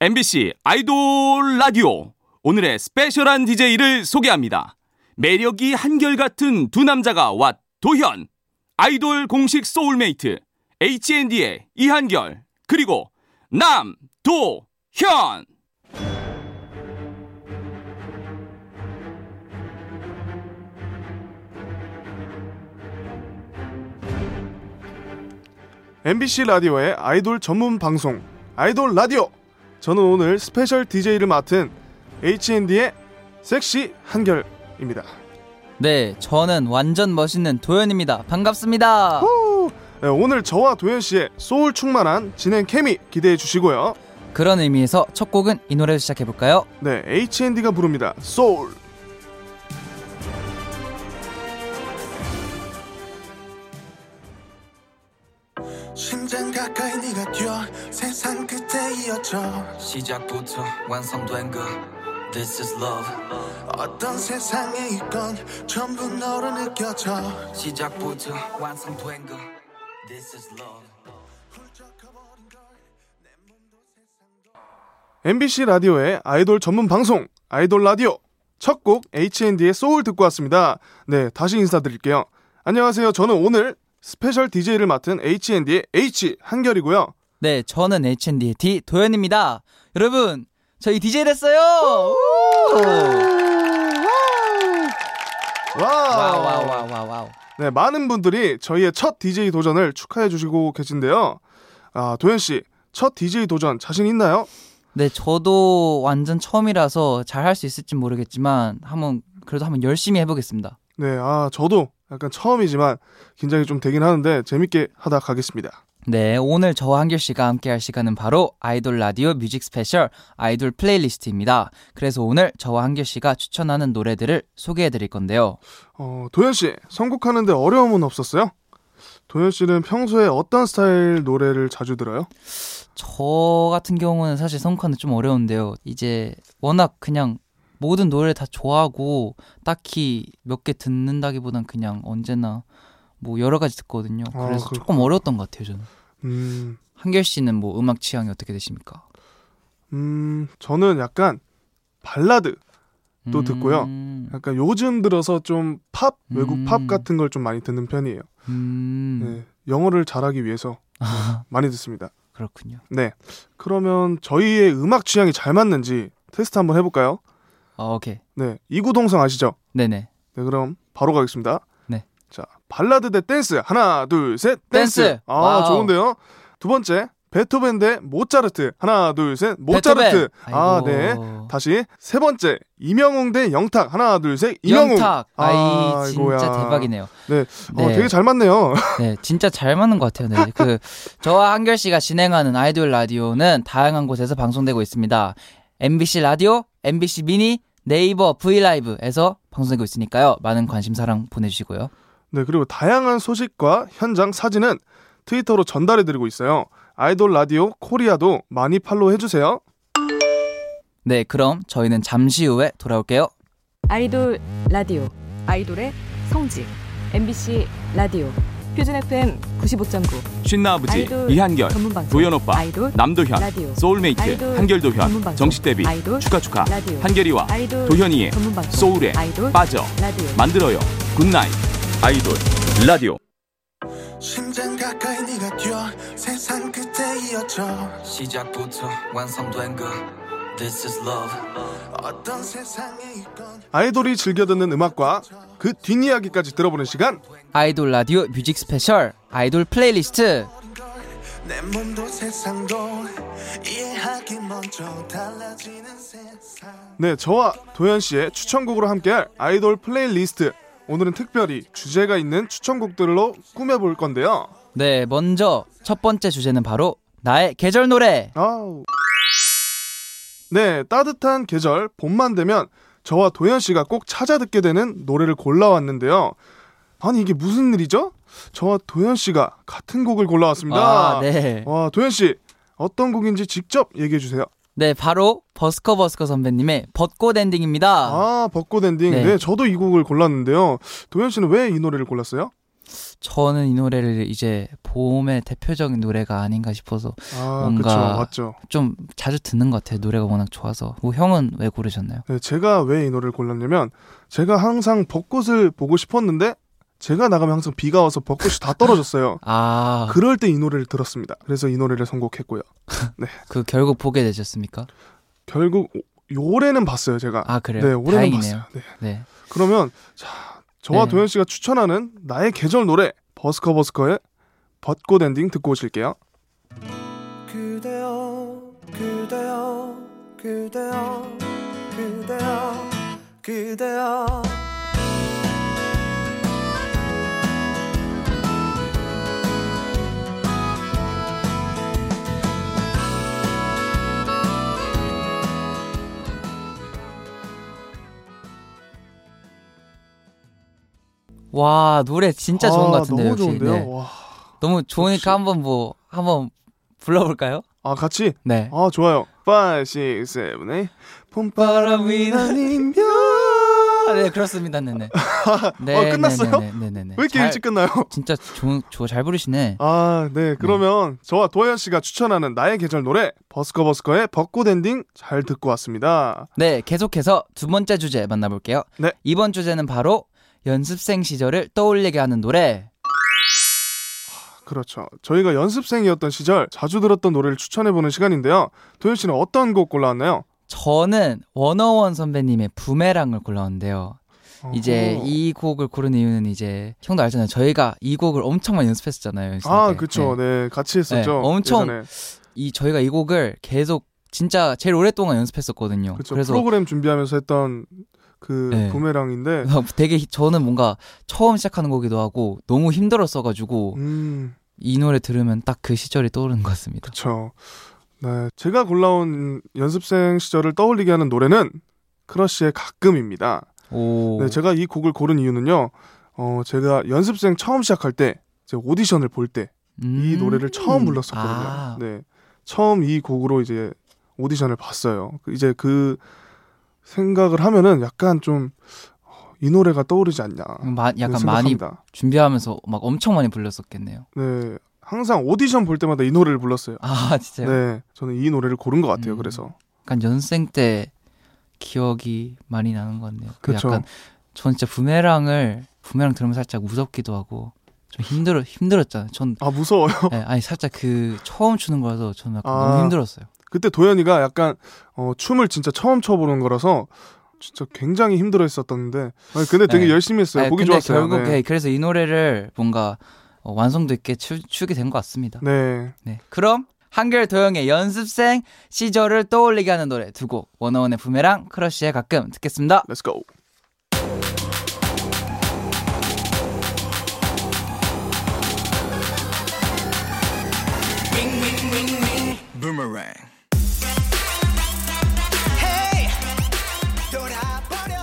MBC 아이돌 라디오. 오늘의 스페셜한 DJ를 소개합니다. 매력이 한결같은 두 남자가 왓 도현. 아이돌 공식 소울메이트. HND의 이한결. 그리고 남도현. MBC 라디오의 아이돌 전문 방송 아이돌 라디오 저는 오늘 스페셜 DJ를 맡은 HND의 섹시 한결입니다 네, 저는 완전 멋있는 도현입니다. 반갑습니다. 후! 네, 오늘 저와 도현씨의 소울 충만한 진행 케미 기대해 주시고요 그런 의미에서 첫 곡은 이 노래로 시작해볼까요? 네 HND가 부릅니다 소울 심장 가까이 네가 뛰어 세상 끝에 이어져 시작부터 완성된 것 This is love 어떤 세상에 있건 전부 너로 느껴져 시작부터 완성된 것 This is love 훌쩍거버린 걸내 몸도 세상도 MBC 라디오의 아이돌 전문 방송 아이돌 라디오 첫 곡 HND의 소울 듣고 왔습니다. 네, 다시 인사드릴게요. 안녕하세요. 저는 오늘 스페셜 DJ를 맡은 HND의 H 한결이고요. 네, 저는 HND의 D 도현입니다. 여러분, 저희 DJ 됐어요! 와우, 와우, 와! 와우, 와우, 와우. 네, 많은 분들이 저희의 첫 DJ 도전을 축하해 주시고 계신데요. 아, 도현 씨, 첫 DJ 도전 자신 있나요? 네, 저도 완전 처음이라서 잘 할 수 있을지 모르겠지만, 한번, 그래도 한번 열심히 해보겠습니다. 네, 아, 저도 약간 처음이지만 긴장이 좀 되긴 하는데 재밌게 하다 가겠습니다. 네, 오늘 저와 한결 씨가 함께 할 시간은 바로 아이돌 라디오 뮤직 스페셜 아이돌 플레이리스트입니다. 그래서 오늘 저와 한결 씨가 추천하는 노래들을 소개해 드릴 건데요. 어, 도현 씨, 선곡하는데 어려움은 없었어요? 도현 씨는 평소에 어떤 스타일 노래를 자주 들어요? 저 같은 경우는 사실 선곡하는 좀 어려운데요. 이제 워낙 그냥 모든 노래 다 좋아하고 딱히 몇 개 듣는다기보단 그냥 언제나 뭐 여러 가지 듣거든요. 아, 그래서 그렇구나. 조금 어려웠던 것 같아요, 저는. 음, 한결 씨는 뭐 음악 취향이 어떻게 되십니까? 음, 저는 약간 발라드, 또 음, 듣고요. 약간 요즘 들어서 좀 팝, 외국 음. 팝 같은 걸 좀 많이 듣는 편이에요. 음, 네, 영어를 잘하기 위해서 많이 듣습니다. 그렇군요. 네, 그러면 저희의 음악 취향이 잘 맞는지 테스트 한번 해볼까요? 어, 오케이. 네, 이구동성 아시죠? 네네. 네, 그럼 바로 가겠습니다. 네. 자, 발라드 대 댄스. 하나, 둘, 셋. 댄스. 댄스. 아, 와우. 좋은데요. 두 번째, 베토벤 대 모차르트. 하나, 둘, 셋. 모차르트. 베토벤. 아, 아이고. 네. 다시 세 번째, 이명웅 대 영탁. 하나, 둘, 셋. 이명웅. 영탁. 아이 아이고야. 진짜 대박이네요. 네. 어, 네. 되게 잘 맞네요. 네, 진짜 잘 맞는 것 같아요. 네. 그 저와 한결 씨가 진행하는 아이돌 라디오는 다양한 곳에서 방송되고 있습니다. MBC 라디오, MBC 미니, 네이버 V 라이브에서 방송되고 있으니까요. 많은 관심 사랑 보내주시고요. 네, 그리고 다양한 소식과 현장 사진은 트위터로 전달해 드리고 있어요. 아이돌 라디오 코리아도 많이 팔로우 해 주세요. 네, 그럼 저희는 잠시 후에 돌아올게요. 아이돌 라디오 아이돌의 성지 MBC 라디오 표준 FM 95.9 신나아버지 아이돌 이한결. 전문 방송 도현오빠. 아이돌 남도현. 라디오. 소울메이트. 아이돌 전문 한결도현. 방송. 정식데뷔. 아이돌 축하축하. 라디오. 한결이와 아이돌 도현이의 전문 방송 소울에 아이돌 빠져. 라디오 만들어요. 굿나잇. 아이돌 라디오. 심장 가까이 네가 뛰어 세상 끝에 이어져 시작부터 완성된 것 This is love 어떤 세상에 있건 아이돌이 즐겨 듣는 음악과 그 뒷이야기까지 들어보는 시간. 아이돌 라디오 뮤직 스페셜 아이돌 플레이리스트. 내 몸도 세상도 이해하기 먼저 달라지는 세상 네, 저와 도현 씨의 추천곡으로 함께할 아이돌 플레이리스트. 오늘은 특별히 주제가 있는 추천곡들로 꾸며볼 건데요. 네, 먼저 첫 번째 주제는 바로 나의 계절 노래. 아우. 네, 따뜻한 계절 봄만 되면 저와 도현 씨가 꼭 찾아 듣게 되는 노래를 골라왔는데요. 아니 이게 무슨 일이죠? 저와 도현 씨가 같은 곡을 골라왔습니다. 아, 네. 와, 도현 씨 어떤 곡인지 직접 얘기해 주세요. 네, 바로 버스커 버스커 선배님의 벚꽃 엔딩입니다. 아, 벚꽃 엔딩. 네. 네. 저도 이 곡을 골랐는데요. 도현 씨는 왜 이 노래를 골랐어요? 저는 이 노래를 이제 봄의 대표적인 노래가 아닌가 싶어서 아, 뭔가- 그쵸. 맞죠. 좀 자주 듣는 것 같아요. 노래가 워낙 좋아서. 뭐 형은 왜 고르셨나요? 네, 제가 왜 이 노래를 골랐냐면 제가 항상 벚꽃을 보고 싶었는데 제가 나가면 항상 비가 와서 벚꽃이 다 떨어졌어요. 아, 그, 그럴 때 이 노래를 들었습니다. 그래서 이 노래를 선곡했고요. 그 결국 보게 되셨습니까? 결국 오- 올해는 봤어요, 제가. 아, 그래요. 네, 올해는 다행이네요. 봤어요. 네. 네. 그러면 자, 저와 네. 도현 씨가 추천하는 나의 계절 노래 버스커 버스커의 벚꽃 엔딩 듣고 오실게요. 그대여 그대여 그대여 그대여 그대여 와, 노래 진짜 좋은 것 같은데요. 아, 너무 역시. 좋은데요. 네. 와. 너무 좋으니까 역시. 한번 뭐 한번 불러볼까요? 아, 같이. 네. 아, 좋아요. 5 6 7 8 봄바람이 날리며 아, 네 그렇습니다. 네네. 네, 어, 끝났어요? 네네네. 왜 이렇게 잘, 일찍 끝나요? 진짜 좋은 좋잘 부르시네. 아, 네. 그러면 저와 도현 씨가 추천하는 나의 계절 노래 버스커 버스커의 벚꽃 엔딩 잘 듣고 왔습니다. 네, 계속해서 두 번째 주제 만나볼게요. 네. 이번 주제는 바로 연습생 시절을 떠올리게 하는 노래. 그렇죠. 저희가 연습생이었던 시절 자주 들었던 노래를 추천해 보는 시간인데요. 도현 씨는 어떤 곡 골라왔나요? 저는 원어원 선배님의 부메랑을 골라왔는데요. 이제 어허. 이 곡을 고른 이유는 이제 형도 알잖아요. 저희가 이 곡을 엄청 많이 연습했었잖아요. 연습생 아, 때. 그쵸. 네. 네. 같이 했었죠. 네, 엄청 예전에. 이 저희가 이 곡을 계속 진짜 제일 오랫동안 연습했었거든요. 그쵸. 래서 프로그램 준비하면서 했던 그 네. 부메랑인데 되게 히- 저는 뭔가 처음 시작하는 곡이기도 하고 너무 힘들었어가지고 음, 이 노래 들으면 딱 그 시절이 떠오르는 것 같습니다. 그쵸. 네. 제가 골라온 연습생 시절을 떠올리게 하는 노래는 크러쉬의 가끔입니다. 오, 네, 제가 이 곡을 고른 이유는요. 어, 제가 연습생 처음 시작할 때, 제 오디션을 볼 때, 이 음. 노래를 처음 불렀었거든요. 아. 네, 처음 이 곡으로 이제 오디션을 봤어요. 그- 이제 그 생각을 하면은 약간 좀, 어, 이 노래가 떠오르지 않냐. 어, 마- 음, 약간 많이 생각합니다. 준비하면서 막 엄청 많이 불렀었겠네요. 네, 항상 오디션 볼 때마다 이 노래를 불렀어요. 아 진짜요? 네, 저는 이 노래를 고른 것 같아요. 음. 그래서. 약간 연생 때 기억이 많이 나는 것 같네요. 그 그쵸. 약간 전 진짜 부메랑을 부메랑 들으면 살짝 무섭기도 하고 좀 힘들어 힘들었잖아요. 전 아, 무서워요. 네, 아니 살짝 그 처음 추는 거라서 저는 약간 아. 너무 힘들었어요. 그때 도현이가 약간 어, 춤을 진짜 처음 춰보는 거라서 진짜 굉장히 힘들어했었는데 아니, 근데 되게 네. 열심히 했어요. 아니, 보기 근데 좋았어요. 결국 네. 예, 그래서 이 노래를 뭔가 어, 완성도 있게 추, 추게 된 것 같습니다. 네. 네. 그럼 한결 도영의 연습생 시절을 떠올리게 하는 노래 두 곡 원어원의 부메랑 크러쉬의 가끔 듣겠습니다. Let's go. Boomerang. Hey, 돌아버려.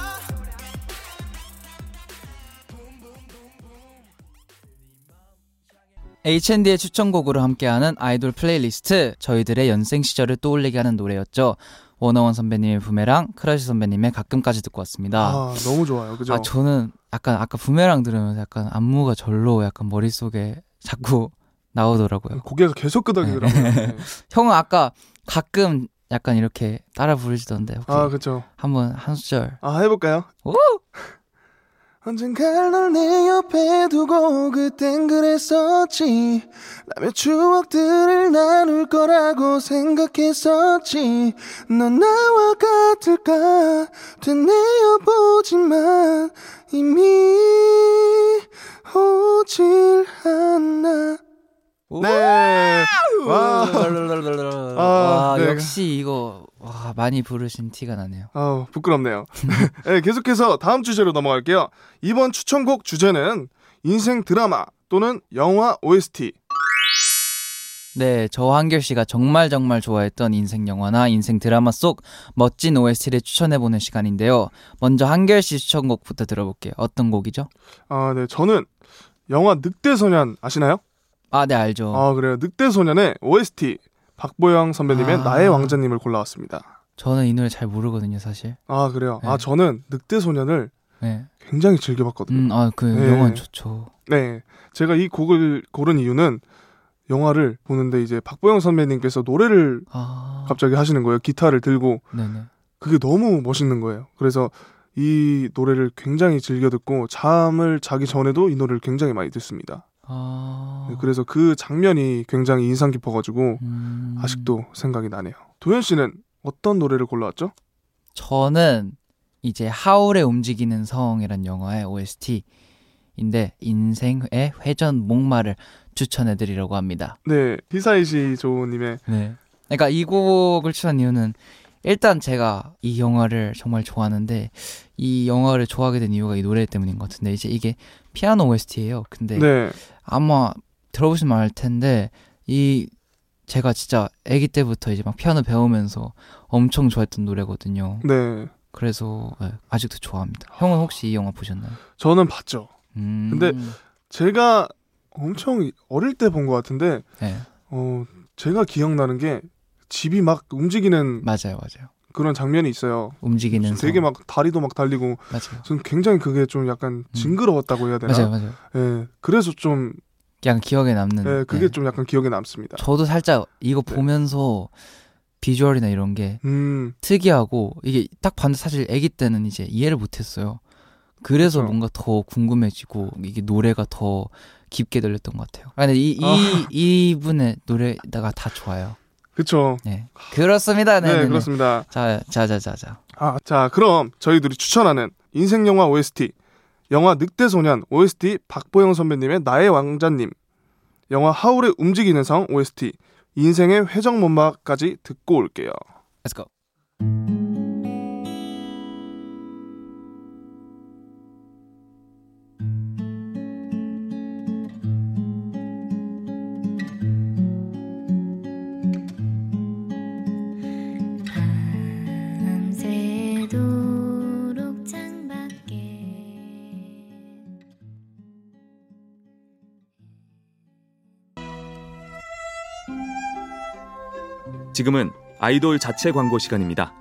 H&D의 추천곡으로 함께하는 아이돌 플레이리스트 저희들의 연생 시절을 떠올리게 하는 노래였죠. 원어원 선배님의 부메랑 크러쉬 선배님의 가끔까지 듣고 왔습니다. 아, 너무 좋아요. 그죠? 아 저는 약간 아까 부메랑 들으면서 약간 안무가 절로 약간 머릿속에 자꾸 나오더라고요. 아, 고개가 계속 끄덕이더라고요. 네. 형은 아까 가끔 약간 이렇게 따라 부르시던데 혹시 아, 그렇죠. 한번 한 수절 아, 해 볼까요? 오! 언젠가 널내 옆에 두고 그땐 그랬었지 남의 추억들을 나눌 거라고 생각했었지 넌 나와 같을까 되뇌어보지만 이미 오질 않나 네. 와. 와, 아, 네. 역시 이거 와, 많이 부르신 티가 나네요. 아우, 부끄럽네요. 네, 계속해서 다음 주제로 넘어갈게요. 이번 추천곡 주제는 인생 드라마 또는 영화 OST. 네, 저 한결 씨가 정말 정말 좋아했던 인생 영화나 인생 드라마 속 멋진 OST를 추천해 보는 시간인데요. 먼저 한결 씨 추천곡부터 들어볼게요. 어떤 곡이죠? 아, 네. 저는 영화 늑대소년 아시나요? 아, 네 알죠. 아, 그래요. 늑대소년의 OST 박보영 선배님의 아. 나의 왕자님을 골라왔습니다. 저는 이 노래 잘 모르거든요, 사실. 아, 그래요. 아, 네. 저는 늑대소년을 네. 굉장히 즐겨봤거든요. 음, 아, 그 네. 영화는 좋죠. 네, 제가 이 곡을 고른 이유는 영화를 보는데 이제 박보영 선배님께서 노래를 아, 갑자기 하시는 거예요. 기타를 들고 네네. 그게 너무 멋있는 거예요. 그래서 이 노래를 굉장히 즐겨 듣고 잠을 자기 전에도 이 노래를 굉장히 많이 듣습니다. 아, 네, 그래서 그 장면이 굉장히 인상 깊어가지고 음. 아직도 생각이 나네요. 도현 씨는 어떤 노래를 골라왔죠? 저는 이제 하울의 움직이는 성이란 영화의 OST인데 인생의 회전 목마를 추천해드리려고 합니다. 네, 히사이시 조님의 네. 그러니까 이 곡을 추천한 이유는 일단 제가 이 영화를 정말 좋아하는데 이 영화를 좋아하게 된 이유가 이 노래 때문인 것 같은데 이제 이게 피아노 OST예요. 근데 네, 아마 들어보시면 알 텐데 이 제가 진짜 아기 때부터 이제 막 피아노 배우면서 엄청 좋아했던 노래거든요. 네, 그래서 예, 아직도 좋아합니다. 형은 혹시 이 영화 보셨나요? 저는 봤죠. 음, 근데- 제가 엄청 어릴 때 본 것 같은데 네, 어, 제가 기억나는 게 집이 막 움직이는 맞아요, 맞아요. 그런 장면이 있어요. 움직이는 되게 성. 막 다리도 막 달리고 맞아요, 저는 굉장히 그게 좀 약간 징그러웠다고 해야 되나? 음. 맞아요, 맞아요. 예, 그래서 좀 그냥 기억에 남는. 예, 그게 예. 좀 약간 기억에 남습니다. 저도 살짝 이거 그러니까. 네. 보면서 비주얼이나 이런 게 음, 특이하고 이게 딱 봤는데 사실 아기 때는 이제 이해를 못했어요. 그래서 그렇죠. 뭔가 더 궁금해지고 이게 노래가 더 깊게 들렸던 것 같아요. 아, 근데 이, 이, 아. 이분의 노래다가 다 좋아요. 그쵸. 네. 그렇습니다. 네, 네, 네, 네. 그렇습니다. 자, 자, 자, 자, 자. 아, 자, 그럼 저희들이 추천하는 인생 영화 OST, 영화 늑대소년 OST 박보영 선배님의 나의 왕자님, 영화 하울의 움직이는 성 OST, 인생의 회전목마까지 듣고 올게요. Let's go. 밤새도록 창밖에 지금은 아이돌 자체 광고 시간입니다.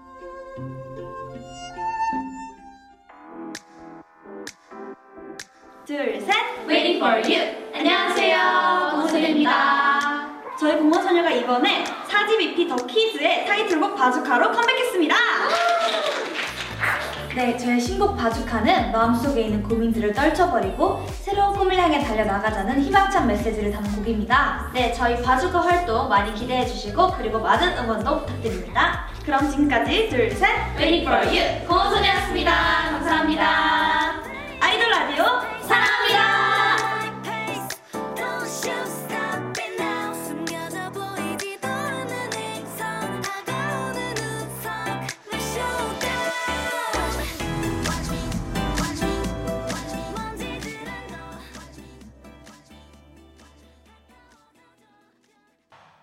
둘, 셋! Waiting for you! 안녕하세요, 공소입니다 저희 공모소녀가 이번에 4집 EP 더 키즈의 타이틀곡 바주카로 컴백했습니다! 네, 저의 신곡 바주카는 마음속에 있는 고민들을 떨쳐버리고 새로운 꿈을 향해 달려나가자는 희망찬 메시지를 담은 곡입니다. 네, 저희 바주카 활동 많이 기대해주시고 그리고 많은 응원도 부탁드립니다. 그럼 지금까지 둘, 셋! Waiting for you! 공소녀였습니다. 감사합니다. 아이돌 라디오 사랑합니다.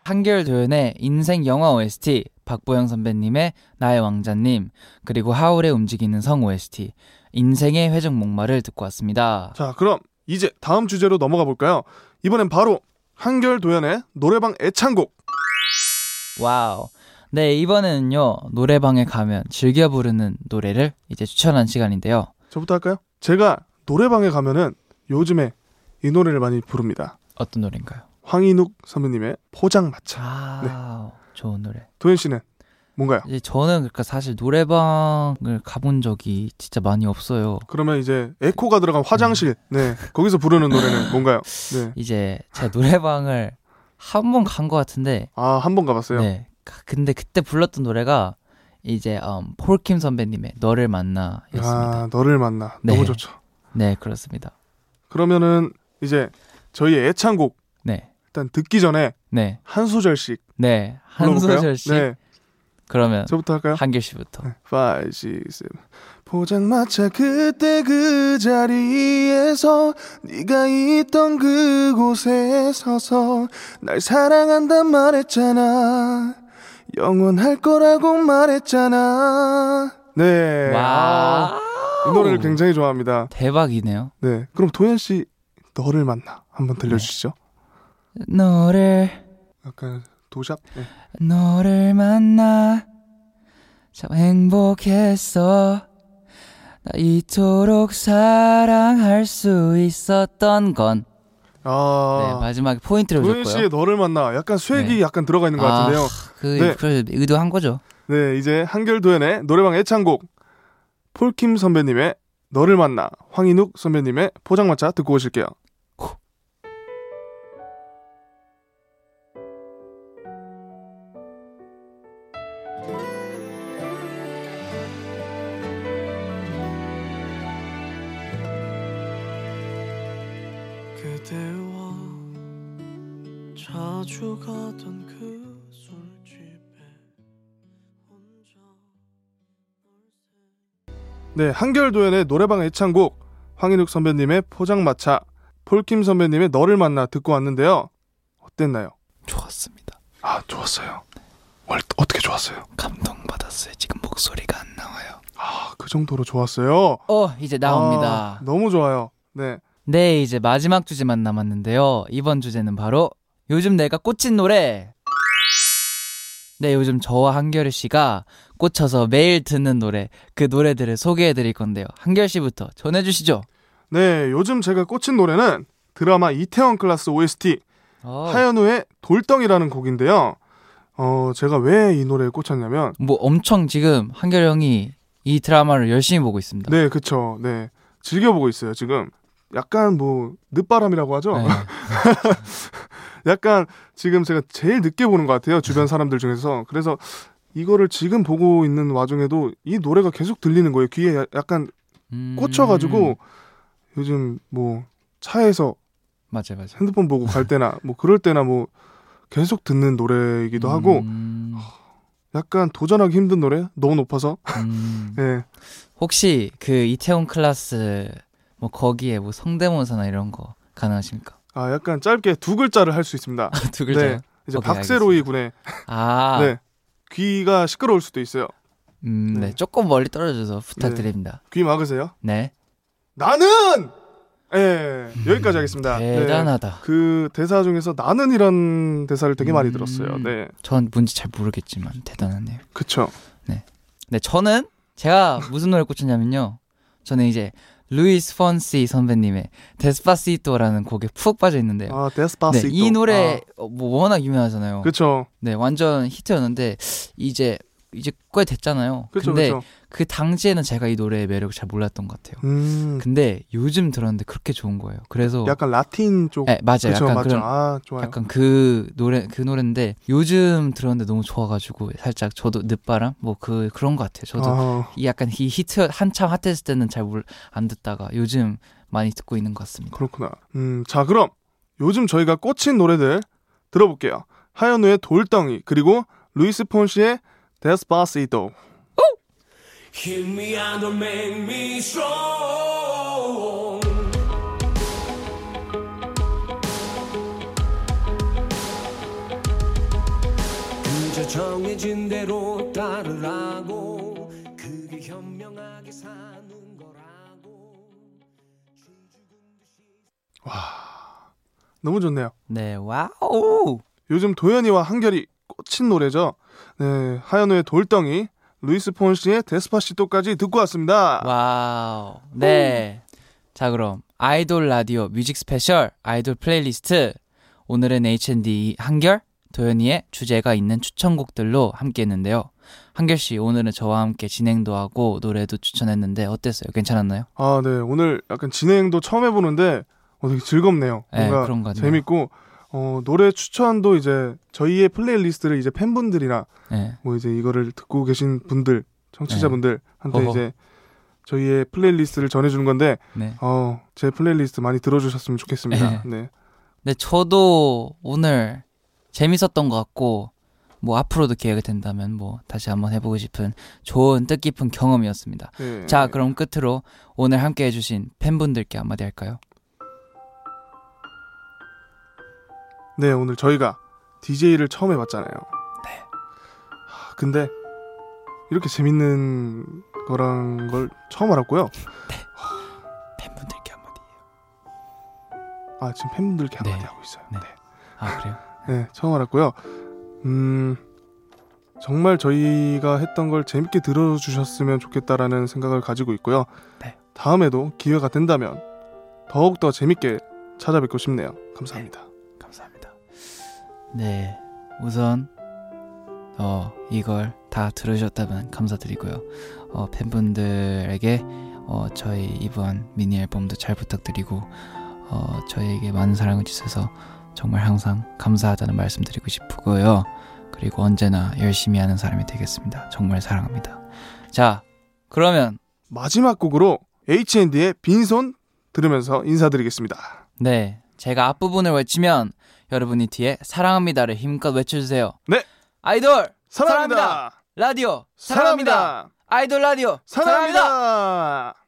한결 도연의 인생 영화 OST, 박보영 선배님의 나의 왕자님, 그리고 하울의 움직이는 성 OST, 인생의 회전 목마를 듣고 왔습니다. 자, 그럼 이제 다음 주제로 넘어가 볼까요? 이번엔 바로 한결 도연의 노래방 애창곡. 와우. 네, 이번에는요, 노래방에 가면 즐겨 부르는 노래를 이제 추천한 시간인데요. 저부터 할까요? 제가 노래방에 가면은 요즘에 이 노래를 많이 부릅니다. 어떤 노래인가요? 황인욱 선배님의 포장마차. 아, 좋은 노래. 도현 씨는 뭔가요? 이제 저는 그러니까 사실 노래방을 가본 적이 진짜 많이 없어요. 그러면 이제 에코가 들어간 음. 화장실. 네. 거기서 부르는 노래는 뭔가요? 네. 이제 제가 노래방을 한 번 간 것 같은데, 아, 한 번 가봤어요. 네. 가- 근데 그때 불렀던 노래가 이제 음, 폴킴 선배님의 너를 만나였습니다. 아, 너를 만나. 네. 너무 좋죠. 네, 그렇습니다. 그러면은 이제 저희의 애창곡 네, 일단 듣기 전에 네, 한 소절씩 네. 한 불러볼까요? 소절씩 네. 그러면 저부터 할까요? 한길 씨부터. 5, 6, 7 포장마차 그때 그 자리에서 네가 있던 그곳에 서서 날 사랑한단 말했잖아 영원할 거라고 말했잖아 네. 와. 아, 이 노래를 굉장히 좋아합니다 대박이네요. 네. 그럼 도현씨 너를 만나 한번 들려주시죠 너를 약간 도샵? 네. 너를 만나 참 행복했어. 나 이토록 사랑할 수 있었던 건. 네, 아. 마지막에 포인트를 도현 씨의 줬고요. 너를 만나 약간 수액이 네. 약간 들어가 있는 것 같은데요. 그, 네. 그걸 의도한 거죠. 네, 이제 한결 도연의 노래방 애창곡 폴킴 선배님의 너를 만나 황인욱 선배님의 포장마차 듣고 오실게요. 그대와 자주 가던 그 술집에 혼자 네, 한결 도연의 노래방 애창곡 황인욱 선배님의 포장마차 폴킴 선배님의 너를 만나 듣고 왔는데요. 어땠나요? 좋았습니다. 아, 좋았어요. 월- 어떻게 좋았어요? 감동받았어요. 지금 목소리가 안 나와요. 아, 그 정도로 좋았어요. 어, 이제 나옵니다. 아, 너무 좋아요. 네. 네, 이제 마지막 주제만 남았는데요. 이번 주제는 바로 요즘 내가 꽂힌 노래. 네, 요즘 저와 한결이 씨가 꽂혀서 매일 듣는 노래, 그 노래들을 소개해 드릴 건데요. 한결 씨부터 전해 주시죠. 네, 요즘 제가 꽂힌 노래는 드라마 이태원 클라스 OST 어. 하현우의 돌덩이라는 곡인데요. 어, 제가 왜 이 노래에 꽂혔냐면, 뭐 엄청 지금 한결 형이 이 드라마를 열심히 보고 있습니다. 네, 그쵸. 네. 즐겨보고 있어요, 지금. 약간 뭐, 늦바람이라고 하죠? 네. 약간 지금 제가 제일 늦게 보는 것 같아요, 주변 사람들 중에서. 그래서 이거를 지금 보고 있는 와중에도 이 노래가 계속 들리는 거예요. 귀에 야- 약간 음, 꽂혀가지고 요즘 뭐, 차에서 맞아요, 맞아요. 핸드폰 보고 갈 때나 뭐 그럴 때나 뭐 계속 듣는 노래이기도 하고 음, 약간 도전하기 힘든 노래 너무 높아서 음. 예 혹시 그 이태원 클라스 뭐 거기에 뭐 성대모사나 이런 거 가능하십니까? 아 약간 짧게 두 글자를 할 수 있습니다. 두 글자요. 네. 이제 오케이, 박세로이 군의 아, 네 귀가 시끄러울 수도 있어요. 음, 네. 네. 조금 멀리 떨어져서 부탁드립니다. 귀 막으세요. 네, 나는 예 여기까지 하겠습니다. 네. 음, 대단하다. 그 대사 중에서 나는이란 대사를 되게 많이 음. 들었어요. 네 전 뭔지 잘 모르겠지만 대단하네요. 그쵸. 네, 저는 제가 무슨 노래 꽂혔냐면요. 저는 이제 루이스 폰시 선배님의 데스파시토라는 곡에 푹 빠져 있는데요. 아 네, 데스파시토. 이 노래 어, 뭐 워낙 유명하잖아요. 아, 그쵸. 네, 완전 히트였는데 이제 이제 꽤 됐잖아요. 그쵸 근데 그쵸. 그 당시에는 제가 이 노래의 매력을 잘 몰랐던 것 같아요. 음 근데 요즘 들었는데 그렇게 좋은 거예요. 그래서 약간 라틴 쪽. 네, 맞아요. 그쵸 약간 맞죠. 그런 아 좋아요. 약간 그 노래 그 노래인데 요즘 들었는데 너무 좋아가지고 살짝 저도 늦바람 뭐 그 그런 것 같아요. 저도 아우. 이 약간 이 히트 한참 핫했을 때는 잘 안 듣다가 요즘 많이 듣고 있는 것 같습니다. 그렇구나. 음, 자, 그럼 요즘 저희가 꽂힌 노래들 들어볼게요. 하현우의 돌덩이, 그리고 루이스 폰시의 데스파시토. Heal me and don't make me strong. 그저 정해진 대로 따르라고 그게 현명하게 사는 거라고 너무 좋네요. 네, 와우. 요즘 도현이와 한결이 꽂힌 노래죠. 네, 하현우의 돌덩이, 루이스 폰시의 데스파시토까지 듣고 왔습니다. 와우. 네. 음. 자, 그럼 아이돌 라디오 뮤직 스페셜 아이돌 플레이리스트 오늘은 H&D 한결 도현이의 주제가 있는 추천곡들로 함께 했는데요. 한결 씨 오늘은 저와 함께 진행도 하고 노래도 추천했는데 어땠어요? 괜찮았나요? 아, 네, 오늘 약간 진행도 처음 해보는데 어, 되게 즐겁네요. 네, 뭔가 그런 것 같네요. 재밌고 어, 노래 추천도 이제 저희의 플레이리스트를 이제 팬분들이나 네. 뭐 이제 이거를 듣고 계신 분들 청취자분들한테 어허. 이제 저희의 플레이리스트를 전해주는 건데 네. 어 제 플레이리스트 많이 들어주셨으면 좋겠습니다. 네. 네, 저도 오늘 재밌었던 것 같고 뭐 앞으로도 기회가 된다면 뭐 다시 한번 해보고 싶은 좋은 뜻깊은 경험이었습니다. 네. 자, 그럼 끝으로 오늘 함께 해주신 팬분들께 한마디 할까요? 네 오늘 저희가 DJ를 처음 해봤잖아요. 네. 하, 근데 이렇게 재밌는 거란 걸 처음 알았고요. 팬분들께 한마디. 아 지금 팬분들께 한마디 네. 하고 있어요. 네. 네. 아, 그래요? 네, 처음 알았고요. 음 정말 저희가 했던 걸 재밌게 들어주셨으면 좋겠다라는 생각을 가지고 있고요. 네. 다음에도 기회가 된다면 더욱더 재밌게 찾아뵙고 싶네요. 감사합니다. 감사합니다. 네, 우선 어, 이걸 다 들으셨다면 감사드리고요. 어, 팬분들에게 어, 저희 이번 미니 앨범도 잘 부탁드리고 어, 저희에게 많은 사랑을 주셔서 정말 항상 감사하다는 말씀드리고 싶고요. 그리고 언제나 열심히 하는 사람이 되겠습니다. 정말 사랑합니다. 자, 그러면 마지막 곡으로 H&D의 빈손 들으면서 인사드리겠습니다. 네, 제가 앞부분을 외치면 여러분이 뒤에 사랑합니다를 힘껏 외쳐주세요. 네. 아이돌 사랑합니다. 사랑합니다. 라디오 사랑합니다. 사랑합니다. 아이돌 라디오 사랑합니다. 사랑합니다.